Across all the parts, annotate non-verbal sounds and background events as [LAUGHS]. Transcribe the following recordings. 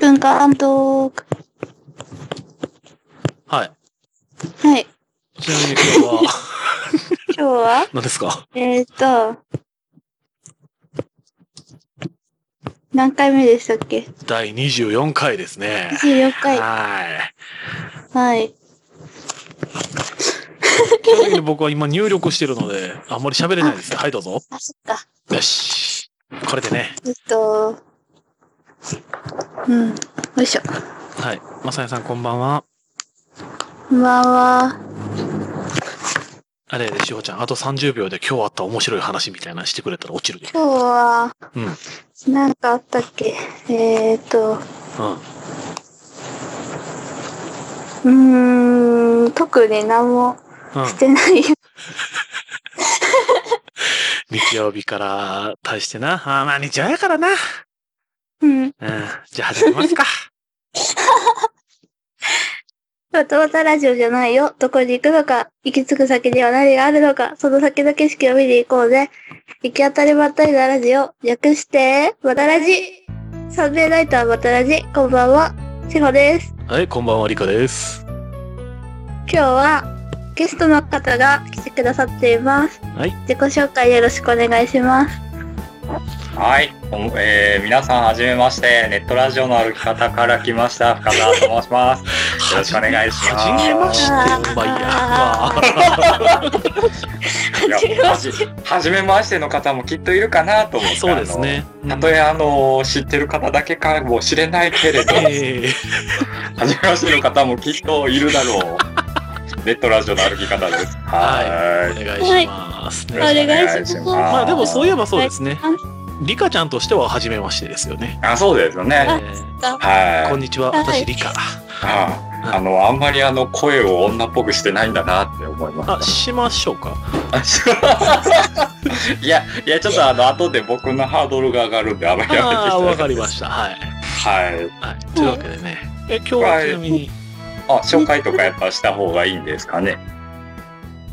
文化トーク。はい。はい。ちなみに今日 [LAUGHS] は、今日は [LAUGHS] 何ですかえっと、何回目でしたっけ第24回ですね。 ?24 回。ははい。い。基本的に僕は今入力してるので、あんまり喋れないですね。はい、どうぞ。あ、そっか。よし。これでね。えっと、うん。よいしょ。はい。まさやさんこんばんは。こんばんは。あれやで、しほちゃん、あと30秒で今日あった面白い話みたいなのしてくれたら落ちるで。今日は、うん。何かあったっけえっと、ううん。ーん、特に何もうんし。てない。 [LAUGHS] 日曜日から対してな。あーまあ日曜やからな。うん。うん。じゃあ始めますか。トータラジオじゃないよ。どこに行くのか。行き着く先には何があるのか。その先の景色を見に行こうぜ。行き当たりばったりなラジオ。略して、またラジ。サンデーナイターまたラジ。こんばんは。しほです。 [LAUGHS] はい、こんばんは、りかです。今日は、ゲストの方が来てくださっています。はい自己紹介よろしくお願いします。はい、こんえー、皆さんはじめまして、ネットラジオの歩き方から来ました、深澤と申し [LAUGHS] ます。よろしくお願いしますはじめまして、まいや。まあいやはじはじめましての方もきっといるかなと思って、そうですね。あの。たとえあの知ってる方だけかもしれないけれど、はじええめましての方もきっといるだろう。 [LAUGHS] ネットラジオの歩き方です。はお願いしますね、よろしくお願いしますお願いしまあでもそういえばそうですねはい。リカちゃんとしては初めましてですよね。い。あ、そうですよえね。ーこんはい。にちは、はい私リカ。ああの、あんまりあの、声を女っぽくしてないんだなって思います。あ、しましょうか。 [LAUGHS] いや、いや、ちょっとあの、後で僕のハードルが上がるんで、あまりやめていただきあたあ、いわかりました。はい。はい。はい。というわけでね。え、今日はちなみに、あ、紹介とかやっぱした方がいいんですかね。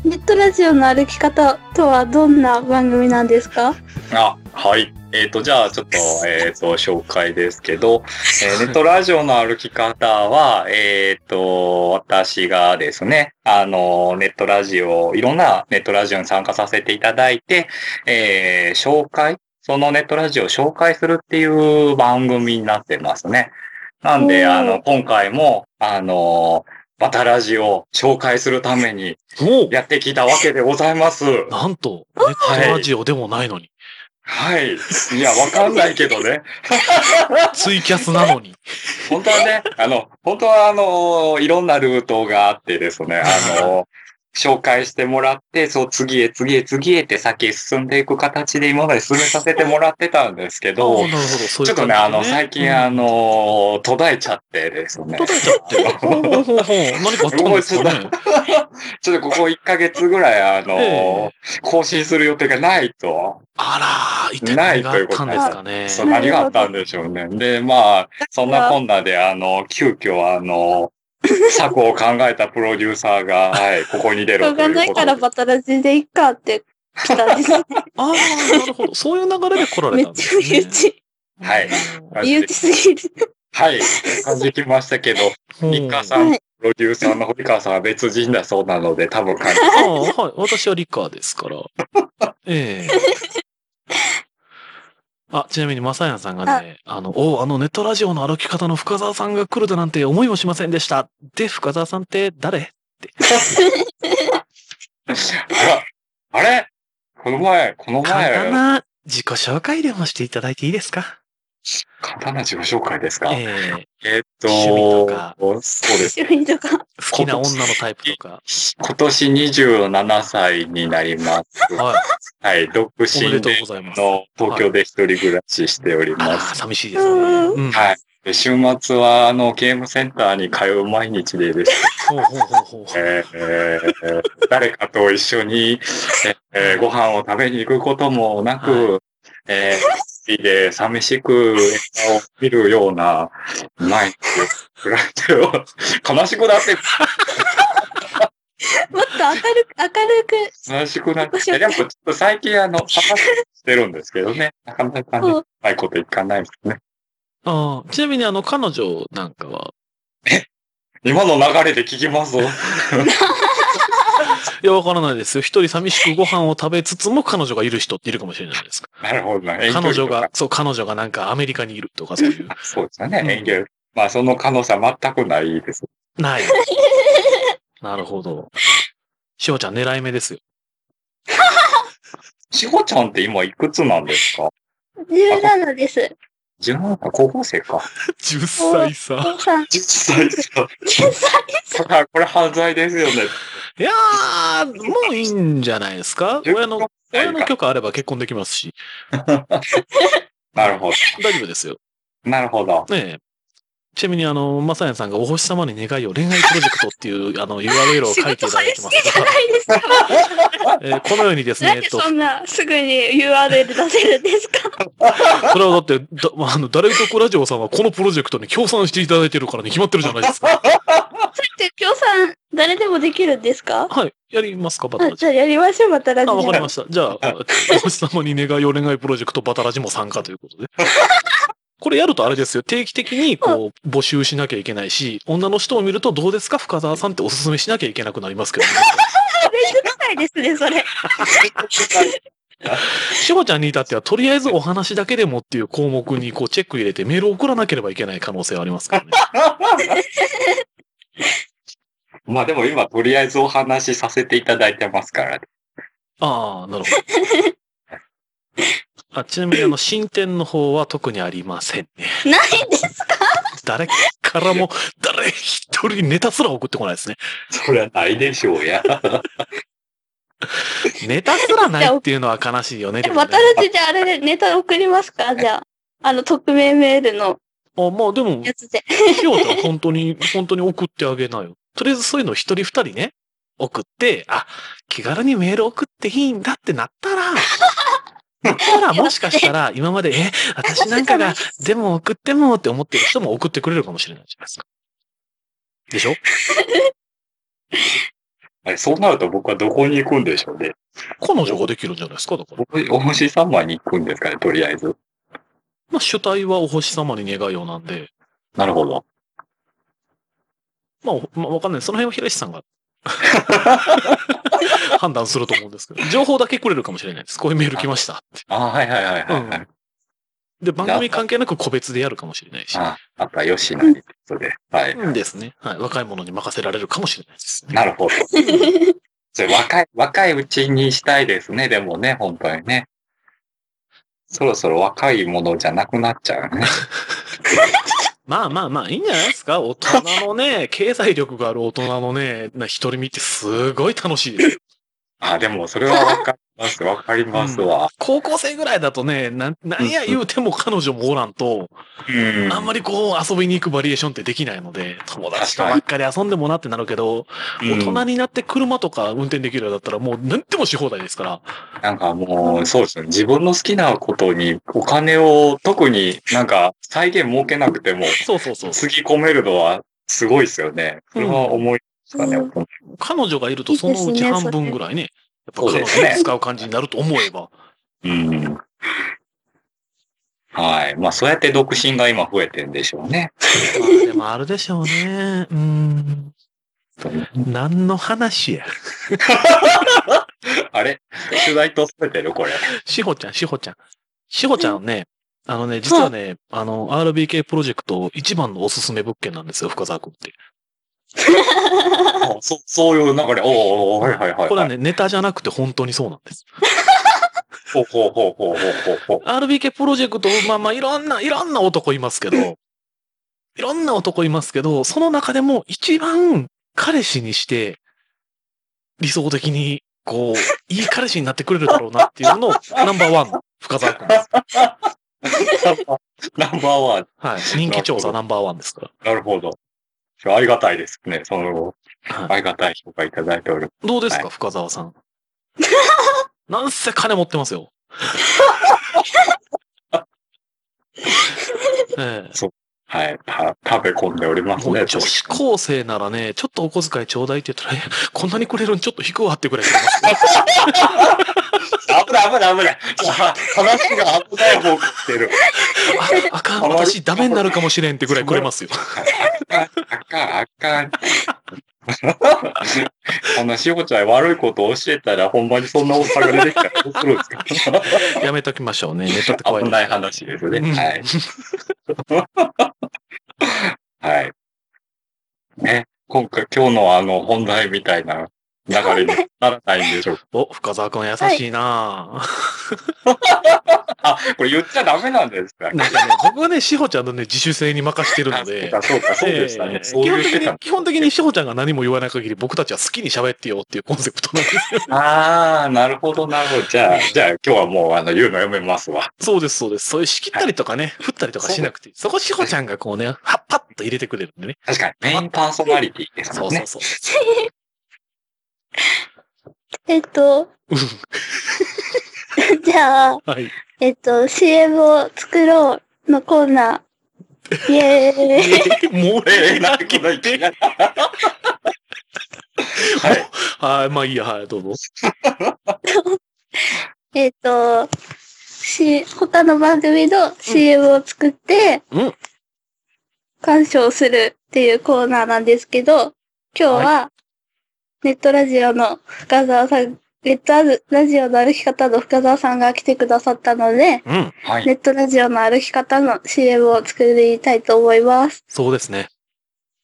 ネットラジオの歩き方とはどんな番組なんですかあ、はい。えっ、と、じゃあ、ちょっと、えっ、と、紹介ですけど、えーネットラジオの歩き方は、えっ、と、私がですね、あの、ネットラジオ、いろんなネットラジオに参加させていただいて、えー紹介、そのネットラジオを紹介するっていう番組になってますね。なんで、おーあの、今回も、あの、バタラジオを紹介するためにもやってきたわけでございます。う、なんと、ネットラジオでもないのに、はい。いや、わかんないけどね。ツイキャスなのに。本当は [LAUGHS] ね、あの、本当はあの、いろんなルートがあってですね、[LAUGHS] あの、紹介してもらって、そう、次へ次へ次へって先へ進んでいく形で今まで進めさせてもらってたんですあけあなるどほ、ど、 [LAUGHS] そうちいうょ感っとじね、あの、最近あの、の、途絶えちゃってですね。届いちゃ [LAUGHS] って。ほうほうほうほう。何かあったんですかね。ちょっとここ1ヶ月ぐらい、あえの、更新する予定がないと。あら、一体何があったんですかね。そう、何があったんでしょうね。で、まあ、そんなこんなで、あの、急遽、あ [LAUGHS] の、策を考えたプロデューサーが、はい、ここに出しょろうといがうないこかとらで。バタラジでいっかって来たんです。ああ、なるほど。そういう流れで来らめれたっんでちすゃね。身内。はい身内すぎる。はい、感じきましたけど、 [LAUGHS] うん。日川さはん、いプロデューサーの堀川さんは別人だそうなので、多分感じ。ああ、はい。私はリカですから。ええあ、ちなみに、マサヤンさんがね、あの、おうあのネットラジオの歩き方の深澤さんが来るだなんて思いもしませんでした。で、深澤さんって誰あれあれこの前、この簡単前、な自己紹介でもしていただいていいですか簡単な自己紹介ですかえええーっと、趣味とかそうです。趣味とか。好きな女のタイプとか。今年27歳になります。 [LAUGHS] ははい、独い。おめで身とうでございます。の東京で一人暮らししておりあらま、す。寂しいですね。うん。はい。で週末は、あの、ゲームセンターに通う毎日でですほうほうほうほう。ね、 [LAUGHS] えー誰かと一緒に、えーご飯を食べに行くこともなく、えー一人で寂しく映画を見るような毎日を暮らしております悲しくなって、もっと明るく、明悲しくなって、でもちょっと最近あの、探してるんですけどね、なかなかねるく、うまいこといかないですね。ああ、ちなみにあの、彼女なんかは、今の流れで聞きますぞ。いや、わからないですよ。一人寂しくご飯を食べつつも彼女がいる人っているかもしれないですか。なるほどな。遠距離彼と女かが、そう、彼女がなんかアメリカにいるとかそう [LAUGHS] いう。そうですよね、うん遠距離。まあ、その可能性は全くないです。ない。なるほど。しおちゃん狙い目 [LAUGHS] ですよ。しほちゃんって今いくつなんですか17です。自分か高校生か。 10歳差。おさん、実際さ、 10歳だからこれ犯罪ですよね。いやー、もういいんじゃないですか親の、親の許可あれば結婚できますし、なるほ大丈夫ですよ。ど。なるほど。ね [LAUGHS] え。ちなみに、あの、まさやさんがお星様に願いを恋愛プロジェクトっていう、あの、URL を仕書いて事いさただれいすてぎますじゃが、ないですか。 [LAUGHS] えーこのようにですね、なんえでっと、そんなすぐに URL 出せるんですかこれはだって、だまああの、誰とこラジオさんはこのプロジェクトに協賛していただいてるからに決まってるじゃないですか。それって協賛誰でもできるんですか [LAUGHS] はい。やりますか、バタあラじジ。ゃあやりましょう、またラジあ、オ。わかりました。じゃあ、お星様に願いを願いプロジェクトバタラジも参加ということ [LAUGHS] で。これやるとあれですよ。定期的にこう募集しなきゃいけないし、女の人を見るとどうですか深澤さんっておすすめしなきゃいけなくなります [LAUGHS] けど、ね、めんどくさいですね、それ。しほちゃんに至ってはとりあえずお話だけでもっていう項目にこうチェック入れてメールを送らなければいけない可能性はありますからね。まあでも今とりあえずお話しさせていただいてますから、ね。ああ、なるほど。あちなみに、あの、進展の方は特にありませんね。ないんですか誰から [LAUGHS] も、誰一人ネタすら送ってこないですね。そりゃないでしょうや。ネタすらないっていうのは悲しいよね。でえ、もね渡るじゃああれでネタ送りますかじゃあ。あの、匿名メールのあまあでも、やつで。ひよちゃん本当に、本当に送ってあげなよ。とりあえずそういうの一人二人ね、送って、あ、気軽にメール送っていいんだってなった [LAUGHS] ら、なったらもしかしたら今まで、え、私な [LAUGHS] んかが、でも送ってもって思ってる人も送ってくれるかもしれないじゃないですか。でしょあれ、そうなると僕はどこに行くんでしょうね。彼女ができるんじゃないですかだから。僕、お星様に行くんですかね、とりあえず。まあ、主体はお星様に願いようなんで、なるほど。まあ、おまあ、わかんない。その辺は平石さん [LAUGHS] が判断すると思うんですけど、情報だけくれるかもしれないです。こういうメール来ました。あはいはいはいはい、はいうんで、番組関係なく個別でやるかもしれないし。あ、あとはよしなり [LAUGHS] それで。はい。うんですね。はい。若い者に任せられるかもしれないです。なるほど。それ若い、若いうちにしたいですね、でもね、本当にね。そろそろ若いものじゃなくなっちゃうね。まあまあまあ、いいんじゃないですか大人のね、経済力がある大人のね、な一人見ってすごい楽しいです。あ、でもそれはわかります、わかりますわ。高校生ぐらいだとね、なん、なんや言うても彼女もおらんと、うん。あんまりこう遊びに行くバリエーションってできないので、友達とばっかり遊んでもなってなるけど、大うん人になって車とか運転できるようだったらもう何でもし放題ですから。なんかもう、そうですね。自分の好きなことにお金を特になんか再現設けなくても、そうそうそう。つぎ込めるのはすごいですよね。それは思いますかね、うん彼女がいるとそのうち半分ぐらいね、やっぱそう彼で女すねに使う感じになると思えば。うんはい。まあ、そうやって独身が今増えてんでしょうね。まあでもあるでしょうね。うん。何の話や。あれ取材とされてるこれ。しほちゃん、しほちゃん。しほちゃんね、あのね、実はね、あの、RBK プロジェクト一番のおすすめ物件なんですよ、深沢くんって。あそそういう流れ。おおおはいはいはいはい。これはね、ネタじゃなくて本当にそうなんです。ほうほうほうほうほうほうほ RBK プロジェクト、まあまあ、いろんな、いろんな男いますけど、いろんな男いますけど、その中でも一番彼氏にして、理想的に、こ [LAUGHS] う、いい彼氏になってくれるだろうなっていうのを、ナンバーワン、深澤くんです。う。ナンバーワン。はい。人気調査ナンバーワンですから。なるほど。ありがたいですね。その、はいありがたい評価いただいておる。どうですか、は深澤さん。 [LAUGHS] なんせ金持ってますよ。 [LAUGHS] ええはい。た食べ込んでおりますもうね。女子高生ならね、ちょっとお小遣いちょうだいって言ったら、えこんなにくれるんちょっと引くわってくらいくれますね危ない危ない危ない。話が危ない方向ってる。 [LAUGHS] あ、あかん、私ダメになるかもしれんってぐらいくれますよ。あかん、あかん。こんなしほちゃん悪いこと教えたら、ほんまにそんなおっさんが出てきたらどうするんですかやめときましょうね。ネタって怖いで危すない話ですね。はい。はい。ね、今回、今日のあの、本題みたいな流れにならないんでしょうか。お、深沢くん優しいなぁあ、これ言っちゃダメなんですかなん [LAUGHS] かね、僕はね、しほちゃんのね、自主性に任してるので、あそうか、そうか、そうでしたえね。ーそう基言本っ的てたに、基本的にしほちゃんが何も言わない限り、僕たちは好きに喋ってよっていうコンセプトなんですよ。ああ、なるほど、なるほど。じゃあ、じゃあ今日はもう、あの、言うのやめますわ。 [LAUGHS] そうです、そうです。そういう仕切ったりとかね、振ったりとかしなくていい、そこしほちゃんがこうね、はっぱっと入れてくれるんでね。確かに、メインパーソナリティですそもうんそねう。そう。 [LAUGHS] えっと、 [LAUGHS] じゃあ、はい。えっと、CM を作ろうのコーナ [LAUGHS] ー。イエーイ。もうえええ、えななんん [LAUGHS] かかこ聞のい息て。が。はい。はい、まあいいや、はい、どうぞ。えっ、と、し、他の番組の CM を作って、うん鑑賞するっていうコーナーなんですけど、今日は、ネットラジオの深澤さん、ネットラジオの歩き方の深澤さんが来てくださったので、うん。はい。ネットラジオの歩き方の CM を作りたいと思います。そうですね。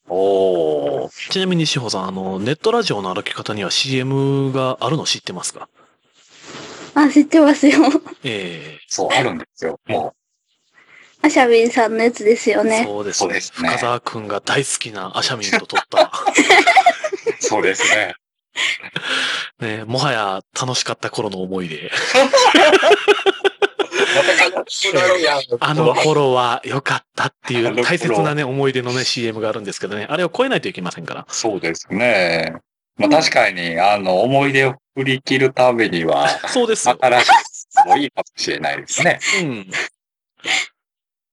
おー。ちなみにしほさん、あの、ネットラジオの歩き方には CM があるの知ってますかあ、知ってますよ。えそう、あるんですよ。もアシャビンさんのやつですよえね。そうです,、そうですね深沢くんが大好きなアシャミンと撮った。 [LAUGHS] う、そうですね。ね、もはや楽しかった頃の思い出。あの頃は良かったっていあのう頃大切なね、思い出のね、CM があるんですけどね、あれを超えないといけませんから。そうですね。まあ確かに、あの、思い出を振り切るために [LAUGHS] は、そうですよ。新しいもいいかもしれないですね。うん。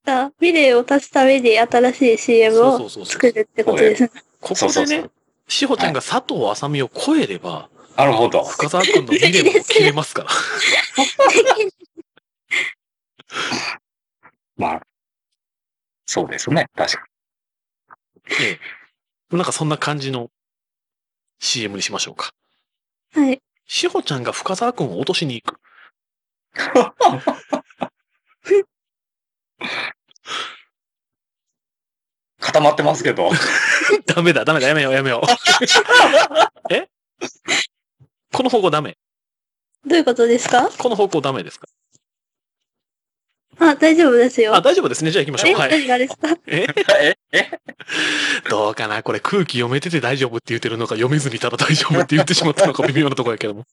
あ未来を足すために新しい CM そうそをうそうそう。作るってことですね。こそうこそでうそうね、しほちゃんが佐藤あさみを超えれば、なるほど。深沢くんの未練も切れますから。 [LAUGHS] まあ、そうですね。確かええ。なんかそんな感じの CM にしましょうか。 [LAUGHS] はい。しほちゃんが深沢くんを落としに行く。 [LAUGHS] に。固まってますけど。ダメだ、ダメだ、やめよう、やめよ [LAUGHS] う。えこの方向ダメ。どういうことですかこの方向ダメですかあ、大丈夫ですよ。あ、大丈夫ですね。じゃあ行きましえ、ょう。はい。何がですかえ [LAUGHS] え、え、どうかなこれ空気読めてて大丈夫って言ってるのか、読めずにただ大丈夫って言ってしまったのか微妙なところやけど [LAUGHS] も。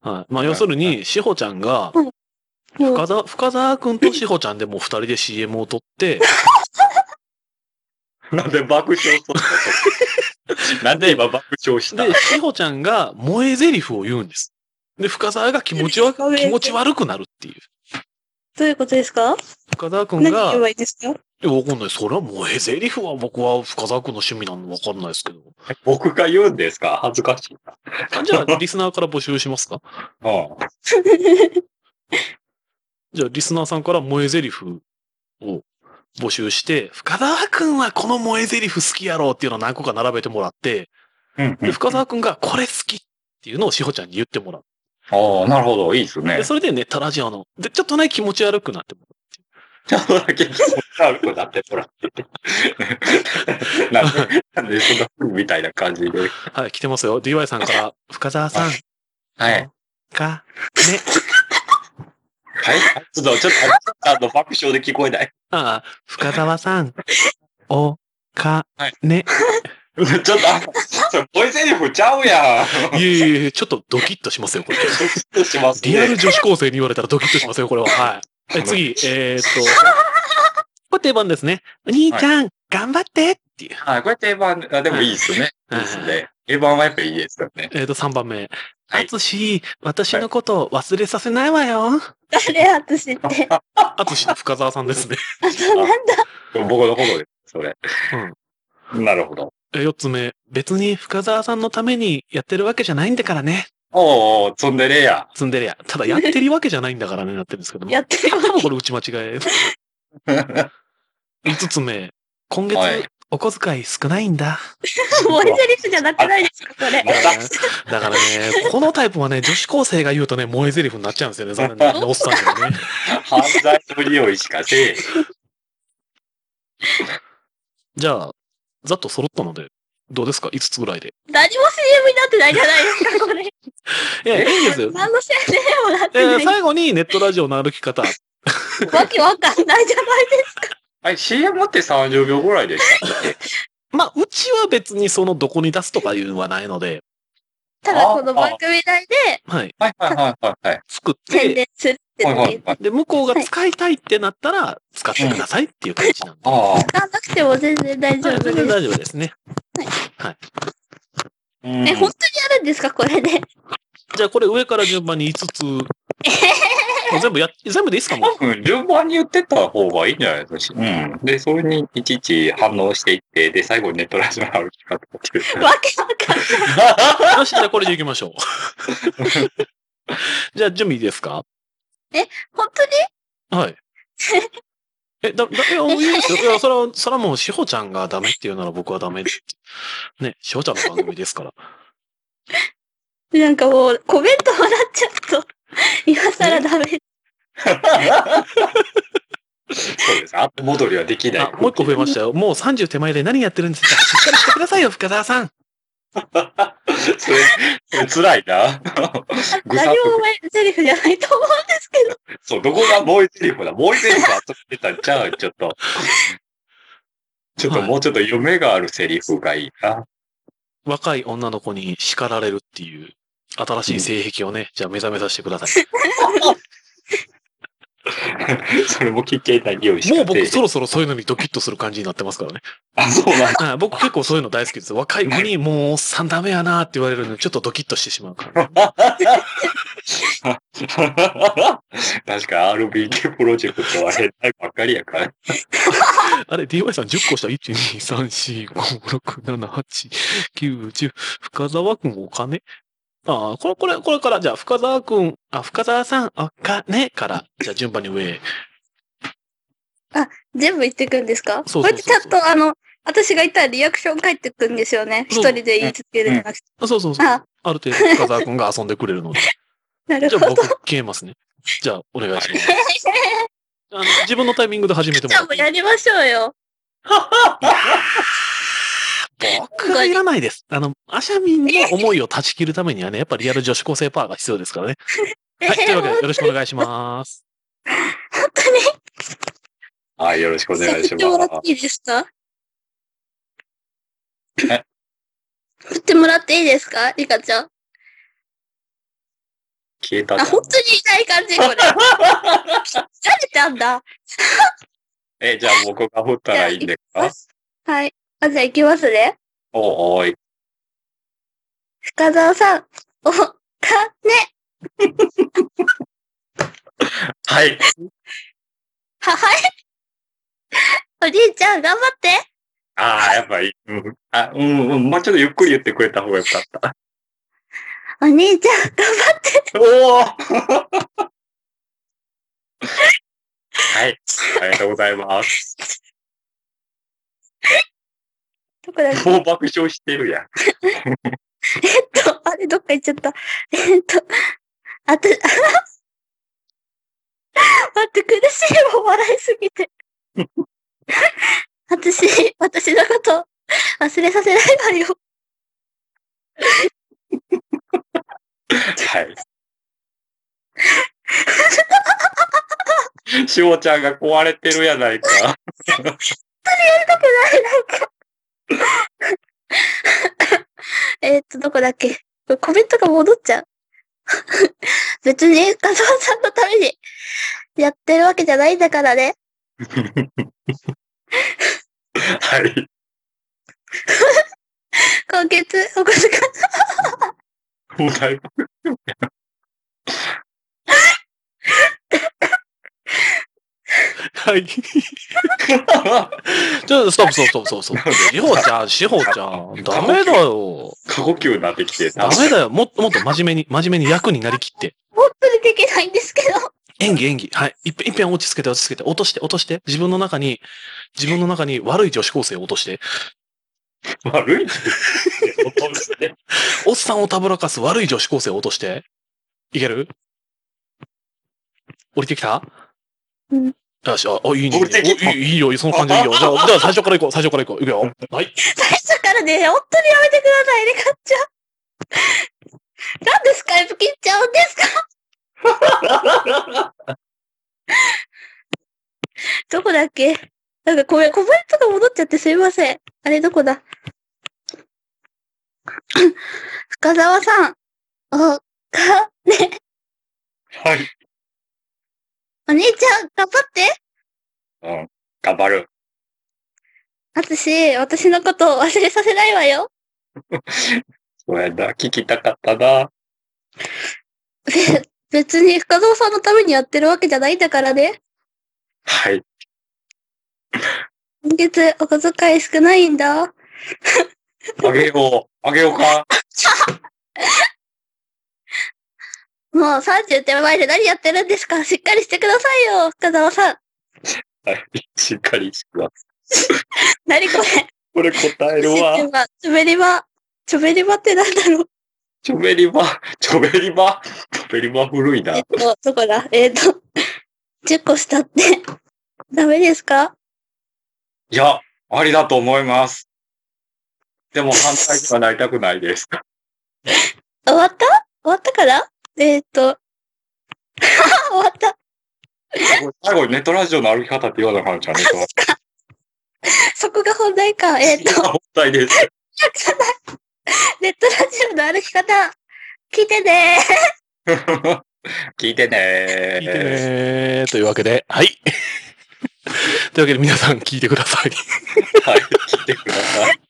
はい。まあ、要するに、しほちゃんが、もう深澤、深澤くんとしほちゃんでもう二人で CM を撮って、なんで爆笑しとったの [LAUGHS] なんで今爆笑したで、しほちゃんが萌え台詞を言うんです。で、深澤が気持ちわ、気持ち悪くなるっていう。どういうことですか深澤くん何が、言えばいいですかいや、わかんない。それは萌え台詞は僕は深澤くんの趣味なのわかんないですけど。僕が言うんですか恥ずかしいな。あじゃあ、リスナーから募集しますかうん。じゃあ、リスナーさんから萌え台詞を募集して、深澤くんはこの萌え台詞好きやろっていうのを何個か並べてもらって、うんうでん。深澤くんがこれ好きっていうのをしほちゃんに言ってもらう。ああ、なるほど。いいですねで、。それでネタラジオの、で、ちょっとね、気持ち悪くなってもちょっとだけ気持ち悪くなってもらって。なんで、なんでそんな風みたいな感じで。らう。はい、来てますよ。DY さん [LAUGHS] から、深澤さん、はい。か、 [LAUGHS] ね、はい。ちょっと、ちょっと、あの、爆笑で聞こえない。ああ、深澤さ [LAUGHS] ん、お、かはい、ね。ちょっと、あのそれ、ボイセリフちゃうやん。いえいえいえ、ちょっとドキッとしますよ、これ。ちょっとしますね。リアル女子高生に言われたらドキッとします [LAUGHS] よ、これは。はい。え次、えーっと、これ定番ですね。お兄ちゃん、頑張ってっていう。はい、これ定番、あでもいいですね。いいはいですね。定番はやっぱいいですよね。えーっと、3番目。はあいつし、私のことを忘れさせないわよ。誰私って。ああつしの深澤さんですね。 [LAUGHS] と、なんだ僕のことです、それ。なるほど。 4つ目。別に深澤さんのためにやってるわけじゃないんだからね。おうおう、ツンデレや。ツンデレや。ただやってるわけじゃないんだからね、なってるんですけども。やってるわ多分これ打ち間違え。5つ目。今月はい、お小遣い少ないんだ。ボイスリスじゃなくないですか、これ。だからね、だからねこのタイプはね、女子高生が言うとね、萌え台詞になっちゃうんですよね、残念ながらねおっさんにはね。犯罪の利いしかせえへん。じゃあ、ざっと揃ったので、どうですか ?5 つぐらいで。何も CM になってないじゃないですか、これ。いや、いいんですよ。何の宣伝にもなっえーてない。最後にネットラジオの歩き方。わけわかんないじゃないですか。はい CM って30秒ぐらいでしたっけまあ、うちは別にそのどこに出すとかいうのはないので、ただ、この番組内ではい。はいはいはいはいはい。作っ宣て、伝するってのはいはにいはい。で、向こうが使いたいってなったら、使ってくださいっていう感じなんで。ああ。使わなくても全然大丈はい夫で全す。然大丈夫ですね。うんえ、本当にやるんですか、これで。じゃあ、これ上から順番に5つ。全部や、全部でいいですかもう多分順番に言ってった方がいいんじゃないですか。うん。で、それにいちいち反応していって、で、最後にネットラジオの歩き方 [LAUGHS] っていう。わけわかんない。よし、じゃあこれでいきましょう。 [LAUGHS] じゃあ、準備いいですか本当にはい。え、だ、だ、いや、いいですよ。いや、それは、それはもう、しほちゃんがダメって言うなら僕はダメって。ね、しほちゃんの番組ですから。なんかもう、コメントもらっちゃうと、 [LAUGHS] 今更ダメ。そうです。後戻りはできないあ、。もう一個増えましたよ。もう30手前で何やってるんですかしっかりしてくださいよ、深澤さん。それ、それ辛 [LAUGHS] いな。ぐ何さっもと。前セリフじゃないと思うんですけど。そう、どこがボーイゼリフだボーイゼリフ集めてたんちゃうちょっ [LAUGHS] と。ちょっとはいもうちょっと夢があるセリフがいいな。若い女の子に叱られるっていう、新しい性癖をね、じゃあ目覚めさせてください。それも危険な匂いしかもう僕、せえへんそろそろそういうのにドキッとする感じになってますからね。あ、そう [LAUGHS] なんだ。はい僕結構そういうの大好きです。若い子に、もう、おっさんダメやなって言われるのに、ちょっとドキッとしてしまうから。 [LAUGHS] 確か RBK プロジェクトは変態ばっかりやから。あれ、DY さん10個した ?1,2,3,4,5,6,7,8,9,10 深沢くんお金ああ、これ、これ、これから、じゃあ、深沢くん、あ、深沢さん、お金から、じゃあ、順番に上へ。全部言ってくんですかそうそうそうこうそうやってちゃんと、あの、私が言ったらリアクション返ってくんですよね。そ一う人で言い続けるんじゃなくて。あそうそうそう。あある程度、深沢くんが遊んでくれるので。なるじゃほあ、ど。僕、消えますね。じゃあ、お願いします。あの自分のタイミングで始めてもじゃらあっもうていいやりましょうよ。僕はいらないです。あの、アシャミンの思いを断ち切るためにはね、やっぱリアル女子高生パワーが必要ですからね。 [LAUGHS] はい、というわけで、よろしくお願いします。本当にはい、よろしくお願いし振ってもらっまてす。いいですかえ振ってもらっていいですかリカちゃん。消えたあ、じゃん本当に痛い感じ、これ。 [LAUGHS] 慣れたんだ。え、じゃあ僕が振ったらいいんですかはい。あ、じゃあ行きますね。おーおーい。深澤さん、お、か、ね、はい。ははい。おじいちゃん、頑張って。ああ、やっぱり、うん。あ、うん、うん。もうちょっとゆっくり言ってくれた方がよかった。お兄ちゃん、頑張って。おおはい。ありがとうございます。どこだっけもう爆笑してるやん。えっと、あれ、どっか行っちゃった。えっと、あと、あ [LAUGHS] 待って、苦しいもん笑いすぎて。私、私のこと忘れさせないわよ。はい。しおちゃんが壊れてるやないか。えっと、どこだっけコメントが戻っちゃう。 [LAUGHS] 別に、加藤さんのためにやってるわけじゃないんだからね。はい。今月、お小遣いもうだいぶはい。ちょっと、ストップ、ストップ、ストップ、 [LAUGHS] ストップ。志保ちゃん、志保ちゃん、ダメだよ。過呼吸に [LAUGHS] なってきて、ダメだよ。もっと、もっと真面目に、真面目に役になりきって。本当にできないんですけど。演技、演技。はい。いっぺん、いっぺん落ち着けて、落ち着けて。落として、落として。自分の中に、自分の中に悪い女子高生を落として。悪いことですね。おっさんをたぶらかす悪い女子高生を落として。いける降りてきたうんよし、あ、あいいねいいね。降りてきたおいいいいよ、いいよその感じでいいよ。じゃあ、じゃあ最初から行こう、最初から行こう。行くよ。はい。最初からね、本当にやめてくださいね、かっちゃん。なんでスカイプ切っちゃうんですかどこだっけなんかごめん、コメントが戻っちゃってすいません。あれどこだ [COUGHS] 深澤さん。お、 [LAUGHS] か、はい。お兄ちゃん、頑張って。うん。頑張る。私、私のことを忘れさせないわよ。 [LAUGHS] そうやな。聞きたかったな。べ別に深澤さんのためにやってるわけじゃないんだからね。はい。今月お小遣い少ないんだ。あげよう。あげようか。もう30手前で何やってるんですかしっかりしてくださいよ、深澤さん。しっかりします。何これこれ答えるシわス。テマチョベリバ。チョベリバってなんだろうチョベリバ。チョベリバ。チョベリバ古いなえっ。と、どこだえっと、10個したって。ダメですかいや、ありだと思います。でも反対にはなりたくないです。終わった終わったからえっと、 [LAUGHS] 終わった。最後にネットラジオの歩き方って言わなあかんちゃん、ネットラジそこが本題か。えっと、オ。本体です。 [LAUGHS] ネットラジオの歩き方、聞いてね [LAUGHS] 聞い聞いてねーてねー。というわけで、はい。 [LAUGHS] というわけで、皆さん聞いてください。 [LAUGHS] はい、聞いてください。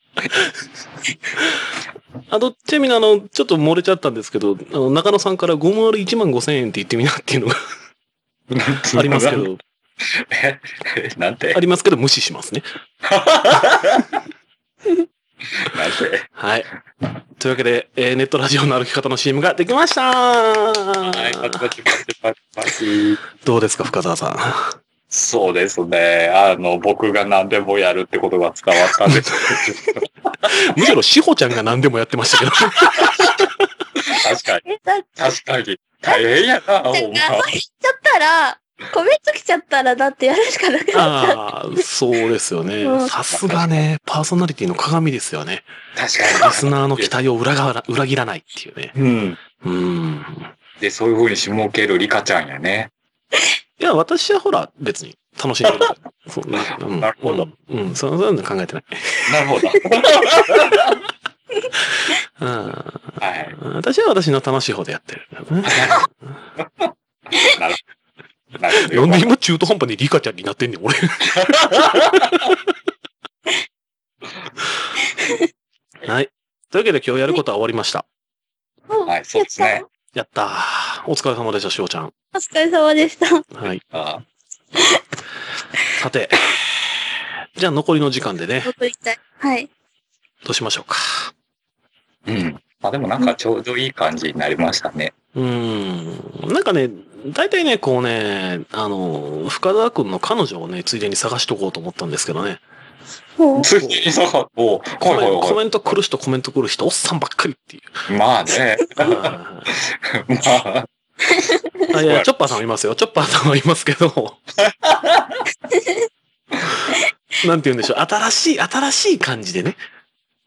あと、ちなみにあの、ちょっと漏れちゃったんですけど、あの中野さんから5万ある1万5千円って言ってみなっていうのがありますけ。ど、 [LAUGHS] え、なんてあ。りますけど無視しますね。なんて。はい。というわけで、えーネットラジオの歩き方の CM ができましたはい、パチパチパチパチパチ。どうですか、深澤さん。そうですね。あの、僕が何でもやるってことが伝わったん [LAUGHS] ですけど。むしろ、志保ちゃんが何でもやってましたけ [LAUGHS] ど。確かに、え、だって、確かに。大変やな、ほんなんま。か、言っちゃったら、コメント来ちゃったら、だってやるしかなくなっちゃう。ああ、そうですようんね。さすがね、パーソナリティの鏡ですよね。確リかスナーの期待を裏が裏切らないっていうね。に。うん。うん。で、そういう風に仕向けるリカちゃんやね。いや、私はほら、別に楽しんでるから。そううん [LAUGHS] なるほど。うん、そそういうの考えてない。なる [LAUGHS] ほど。うん。 [LAUGHS] はい。私は私の楽しい方でやってる。なるなるほなど。んで今中途半端にリカちゃんになってんねん、俺。 [LAUGHS] はい。というわけで今日やることは終わりました。はいそうですねやったやったー。お疲れ様でした、しおちゃん。お疲れ様で [LAUGHS] した。はい。あさて。じゃあ残りの時間でね、僕行きたい。はい。どうしましょうか。うん。まあでもなんかちょうどいい感じになりましたね。うーん。なんかね、大体ね、こうね、あの、深澤くんの彼女をね、ついでに探しとこうと思ったんですけどね。もう、ついにそうか、おうコほいメほいンコほメント来る人、コメント来る人、おっさんばっかり [LAUGHS] っていう。い。まあね。あまあ、ーあ、いや、チョッパーさんはいますよ。チョッパーさんはいますけど。なんて言うんでしょう。新しい、新しい感じでね。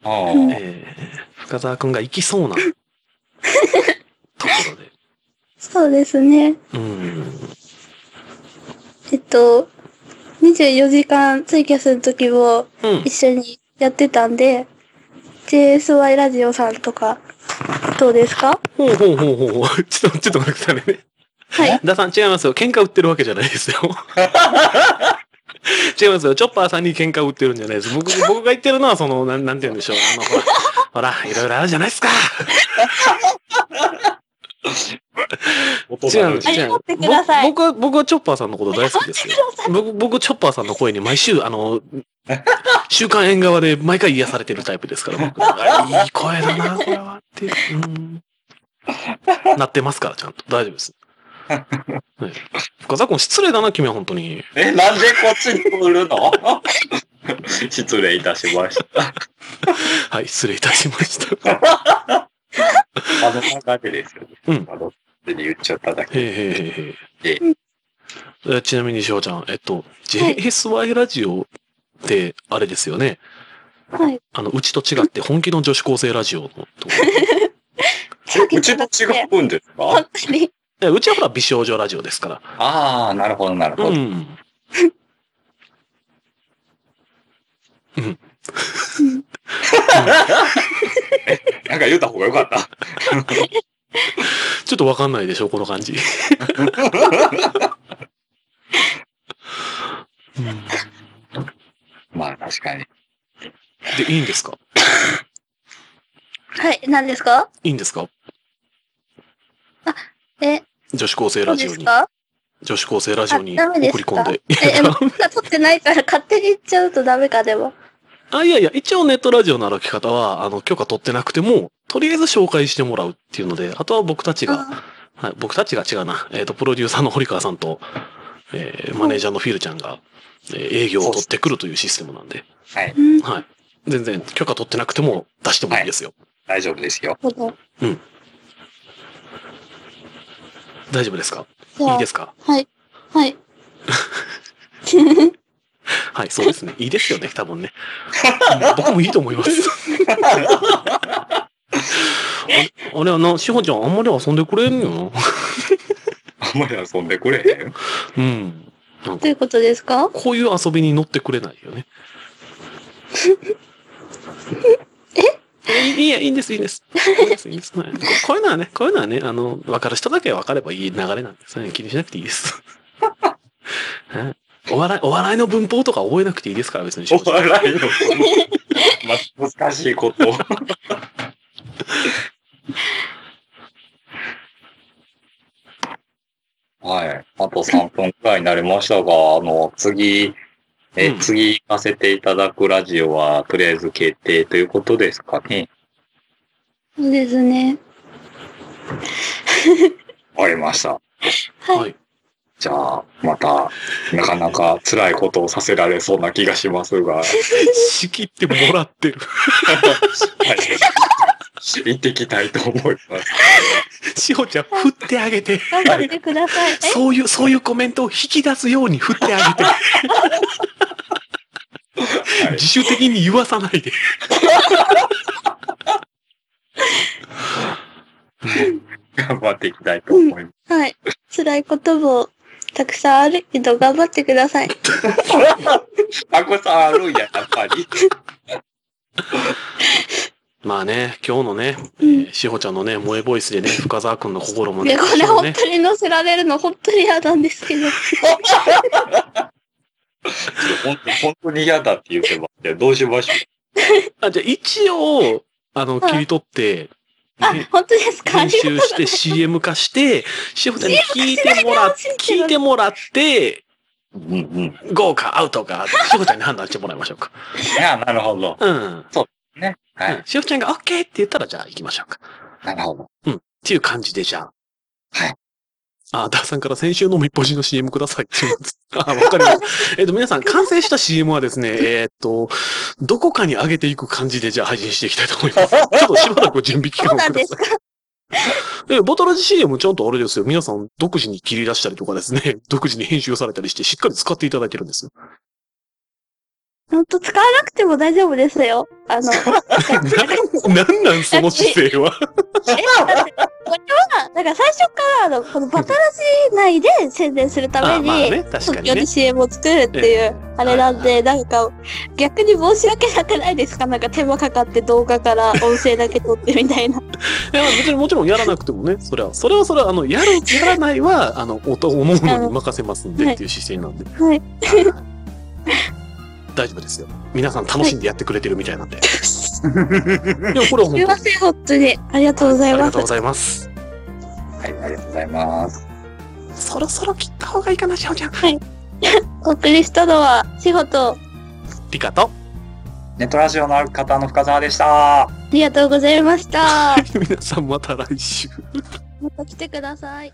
うんえー、深澤くんが行きそうなところで。そうですね。うん。えっと、24時間ツイキャスの時もうん一。緒にやってたんで、JSY ラジオさんとか、どうですかほうほうほうほうほう。ちょっと、ちょっと待ってくださいね。はい。ダさん違いますよ。喧嘩売ってるわけじゃないですよ。違いますよ。チョッパーさんに喧嘩売ってるんじゃないです。僕、僕が言ってるのは、その、なん、なんて言うんでしょう。あの、ほら、ほら、いろいろあるじゃないですか。音違がう、出て違違うう。持ってください僕は、僕はチョッパーさんのこと大好きですよ。僕、僕、チョッパーさんの声に毎週、あ [LAUGHS] の、週刊縁側で毎回癒されてるタイプですから、僕。あいい声だな、これは。って、うん。なってますから、ちゃんと。大丈夫 [LAUGHS] です。ね、深澤君、失礼だな、君は本当に。え、なんでこっちに来るの [LAUGHS] 失礼いたしました。はい、失礼いたしました。へあの流れですよね。うんあの、普通に言っちゃっただけ。えへえへえへええ。ちなみに、翔ちゃん、えっと、JSY ラジオって、あれですよね。はい。あの、うちと違って本気の女子高生ラジオのとこ。 [LAUGHS] えうちと違うんですか本当に。いやうちはほら美少女ラジオですから。ああ、なるほど、なるほど。うん。なんか言った方がよかった。 [LAUGHS] ちょっとわかんないでしょ、この感じ。うんまあ、確かに。で、いいんですかはい、何ですかいいんですかえ、女子高生どラうジでオすに、か女子高生ラジオにあダ送メりですか込んで。 [LAUGHS] え、え、僕が撮ってないから勝手に言っちゃうとダメか、でも。あ、いやいや、一応ネットラジオの歩き方は、あの、許可取ってなくても、とりあえず紹介してもらうっていうので、あとは僕たちが、あはい、僕たちが違うな、えっ、と、プロデューサーの堀川さんと、えーマネージャーのフィルちゃんが、えー営業を取ってくるというシステムなんで。はい、うん。なはい。全然許可取ってなくても出してもいいですよ。大丈夫ですよ。るほど大丈夫ですかじいゃいあで、すかはい。はい。はい、そうですね。いいですよ [LAUGHS] ね、多分ね。僕もいいと思い [LAUGHS] ます。ああれはな、しほちゃん、あんまり遊んでくれんよな。あんまり遊んでくれへん。うん。なんとか、いうことですかこういう遊びに乗ってくれないよね。えいいや、いいんです、いいんです。いいんです、いいんです。はいここういうのはね、こういうのはね、あの、分かる人だけ分かればいい流れなんで、それに気にしなくていい [LAUGHS] です。はいお笑い、お笑いの文法とか覚えなくていいですから、別に。お笑いの、 [LAUGHS] まあ、難しいことを。はい。あと3分くらいになりましたが、あの、次、え、うん次行かせていただくラジオは、とりあえず決定ということですかね。そうですね。わかりました。はい。い。じゃあ、また、なかなか辛いことをさせられそうな気がします [LAUGHS] が。はい。仕切ってもらって [LAUGHS] る。行ってきたいと思います。しほちゃん、振ってあげて。頑張ってください。え、 [LAUGHS] そういう、そういうコメントを引き出すように振ってあげて。はい自主的に言わさないで。頑張っていきたいと思いまはい。辛いこともたくさんあるけど頑張ってください。す。たくさんあるんや、やっぱり。まあね、今日のね、えうんーしほちゃんのね、萌えボイスで [LAUGHS] ね、深沢くんの心もいね、や、これ一緒に本ね当に載せられるの本当に嫌なんですけど。本当本当に嫌だって言ってますけど、どうしましょあ、じゃあ一応、あの、はい切り取って、あね、本当ですかあ編りがとうご集しざいて CM 化して、しほちゃんに聞いてもしないらっでほしいけど聞いてもらって、う。うんうん。ゴーかアウトか、しほちゃんに判断してもらいましょうか。いや、なるほど。うん。ね。はうんい。しほちゃんが OK って言ったら、じゃあ行きましょうか。なるほど。っていう感じで、じゃあ。はい。あ、ダーさんから先週のみっぽしの CM くださいって言うんです。あ、わかります。えっと、皆さん、完成した CM はです [LAUGHS] ね、えーっと、どこかに上げていく感じで、じゃあ配信していきたいと思います。ちょっとしばらく準備期間をください。そうなんですえ、ボトラジ CM ちゃんとあれですよ。皆さん、独自に切り出したりとかですね、独自に編集されたりして、しっかり使っていただいてるんで [LAUGHS] すよ。本当使わなくても大丈夫ですよ。 [LAUGHS] あの、なん、なんなんその姿勢は。え、だって、これは、だから最初から、あの、このバタラジ内で宣伝するため [LAUGHS] あまあに、ね、確かによねり。CM を作るっていええう、あれなんで、なんか、逆に申し訳なくないですかなんか手間かかって動画から音声だけ撮ってみたい [LAUGHS] な。いや、別にもちろんやらなくてもね、それは、それはそれは、あの、やる、やらないは、あの、おと、おのおのに任せますんで、っていう姿勢なんで。はい。大丈夫ですよ。皆さん楽しんでやってくれてるみたいなんで。いや、これはすい本ません、本当に。ありがとうござ当いありまがすとうご。ざいます。はい、ありがとうございます。そろそろ切った方がいいかな、しほちゃん。お送りしたのは、仕事、あリカと。ネットラジオのある方の深澤でした。 [LAUGHS] りがとうございました。皆さんまた来週。また来てください。